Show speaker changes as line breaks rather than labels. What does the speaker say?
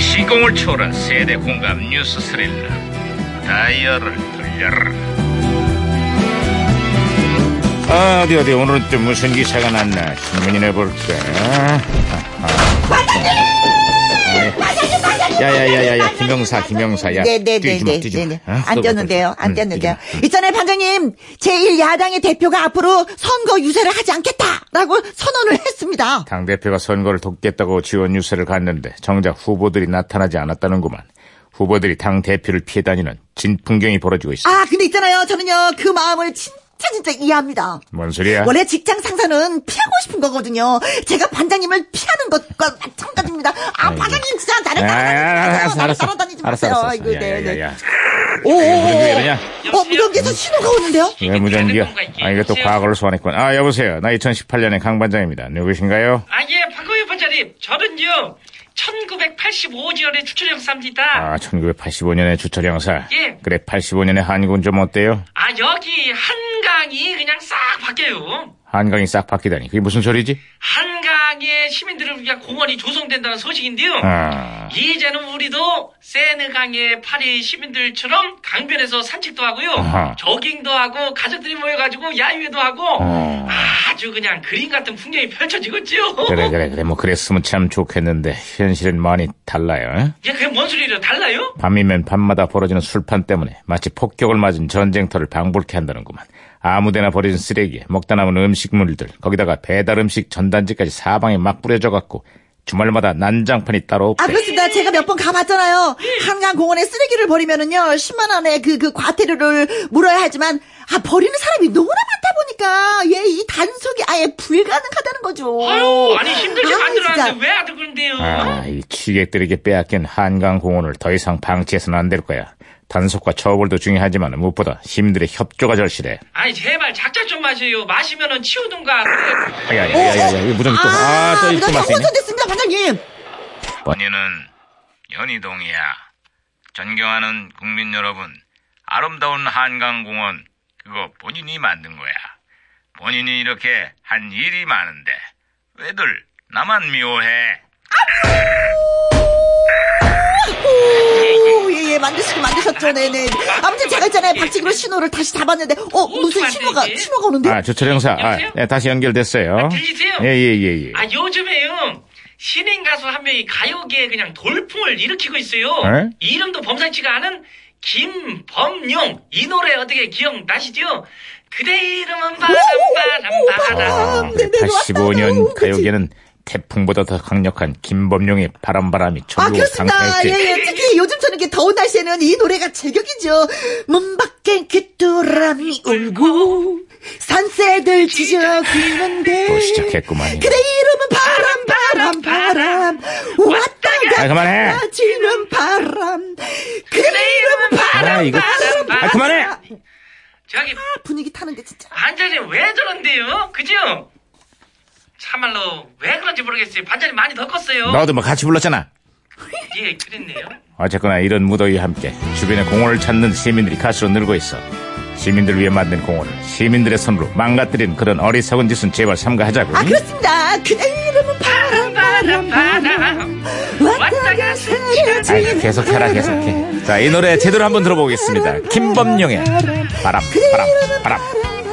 시공을 초월한 세대 공감 뉴스 스릴러 다이얼을 돌려라 아 어디 어디 오늘은 또 무슨 기사가 났나 신문이나 볼까 반장님 야야야야야 김영사 김영사 야 뛰지마
네네네네.
뛰지마
네네.
아,
안
또
뛰었는데요.
음,
안 뛰었는데요.
뛰지마.
있잖아요, 반장님. 제1야당의 대표가 앞으로 선거 유세를 하지 않겠다라고 선언을 했습니다.
당대표가 선거를 돕겠다고 지원 유세를 갔는데 정작 후보들이 나타나지 않았다는구만. 후보들이 당대표를 피해 다니는 진풍경이 벌어지고 있어.
아, 근데 있잖아요. 저는요, 그 마음을 진짜 진짜 이해합니다.
뭔 소리야?
아, 원래 직장 상사는 피하고 싶은 거거든요. 제가 반장님을 피하는 것과 마찬가지입니다. 아,
아이고.
반장님 진짜 나를
아,
따라다니지
알았어,
마세요. 나를
알았어.
따라다니지
알았어,
마세요.
알았어.
아이고,
야, 야,
네,
야,
네.
야.
오, 오,
무전기가
오.
이러냐?
어, 무전기에서 신호가 오는데요?
왜 무전기야? 아, 이게 또
여보세요?
과거를 소환했군. 아, 여보세요. 나 2018년의 강반장입니다. 누구신가요?
아, 예, 박호유 반장님. 저는요, 1985년에 추천형사입니다.
아, 1985년의 주철 형사.
예.
그래, 85년의 한국은 좀 어때요?
아, 여기 한강이 그냥 싹 바뀌어요.
한강이 싹 바뀌다니. 그게 무슨 소리지?
한강에 시민들을 위한 공원이 조성된다는 소식인데요.
아,
어. 이제는 우리도 세느강의 파리 시민들처럼 강변에서 산책도 하고요.
아하.
조깅도 하고 가족들이 모여가지고 야유회도 하고
어.
아주 그냥 그림 같은 풍경이 펼쳐지겠지요.
그래, 그래, 그래. 뭐 그랬으면 참 좋겠는데 현실은 많이 달라요. 어?
예, 그게 뭔 소리예요? 달라요?
밤이면 밤마다 벌어지는 술판 때문에 마치 폭격을 맞은 전쟁터를 방불케 한다는구만. 아무데나 버려진 쓰레기에 먹다 남은 음식물들 거기다가 배달 음식 전단지까지 사방에 막 뿌려져갖고 주말마다 난장판이 따로
아,
없대.
그렇습니다. 제가 몇 번 가봤잖아요. 한강공원에 쓰레기를 버리면은요, 10만 원의 그, 그 과태료를 물어야 하지만, 아, 버리는 사람이 너무나 많다 보니까, 얘, 이 단속이 아예 불가능하다는 거죠.
아유, 아니 힘들게
아, 진짜.
만들어놨는데 왜 아들 그런데요?
어. 아, 이 취객들에게 빼앗긴 한강공원을 더 이상 방치해서는 안 될 거야. 단속과 처벌도 중요하지만 무엇보다 시민들의 협조가 절실해.
아니 제발 작작 좀 마셔요. 마시면은 치우든가. 그래.
야야야야, 예, 이거 무전기 또, 아, 또
어, 이거
입고 마시네.
정선 됐습니다, 반장님.
번이는 연희동이야. 존경하는 국민 여러분, 아름다운 한강공원, 그거 본인이 만든 거야. 본인이 이렇게 한 일이 많은데, 왜들 나만 미워해?
오, 예, 예, 만드시고 만드셨죠, 네네. 아무튼 제가 있잖아요, 박치기로 신호를 다시 잡았는데, 어, 무슨
어떡하지,
신호가,
이게?
신호가 오는데?
아, 주철 형사, 아,
여보세요?
예, 다시 연결됐어요.
아, 들리세요?
예, 예, 예, 예.
아 요즘에요. 신인 가수 한 명이 가요계에 그냥 돌풍을 일으키고 있어요.
에?
이름도 범상치가 않은 김범용 이 노래 어떻게 기억나시죠? 그대 이름은 바람 바람 바람.
아,
네, 네, 왔다,
85년
왔다.
가요계는 태풍보다 더 강력한 김범용의 바람바람이
아,
전국을
그렇습니다.
강타했지.
예, 예. 특히 요즘처럼 이렇게 더운 날씨에는 이 노래가 제격이죠. 문 밖엔 귀뚜라미 울고, 산새들 지저귀는데.
또 시작했구만.
그대 이름은 바람, 바람, 바람. 왔다가.
아, 그만해.
지는 바람. 그대 이름은 바람,
아, 이거.
바람, 바람.
아, 그만해!
저기
아, 분위기 타는데, 진짜.
반장님 왜 저런데요? 그죠? 참말로 왜 그런지 모르겠어요. 반장님 많이 더 컸어요.
너도 뭐 같이 불렀잖아.
예, 그랬네요.
어쨌거나 이런 무더위와 함께 주변의 공원을 찾는 시민들이 가수로 늘고 있어. 시민들 위해 만든 공원을 시민들의 손으로 망가뜨린 그런 어리석은 짓은 제발 삼가하자고.
아, 그렇습니다. 그대 이름은 바람, 바람, 바람. 왔다가
아이,
새가
계속해라, 계속해. 자, 이 노래 제대로 한번 들어보겠습니다. 김범용의 바람, 바람, 바람.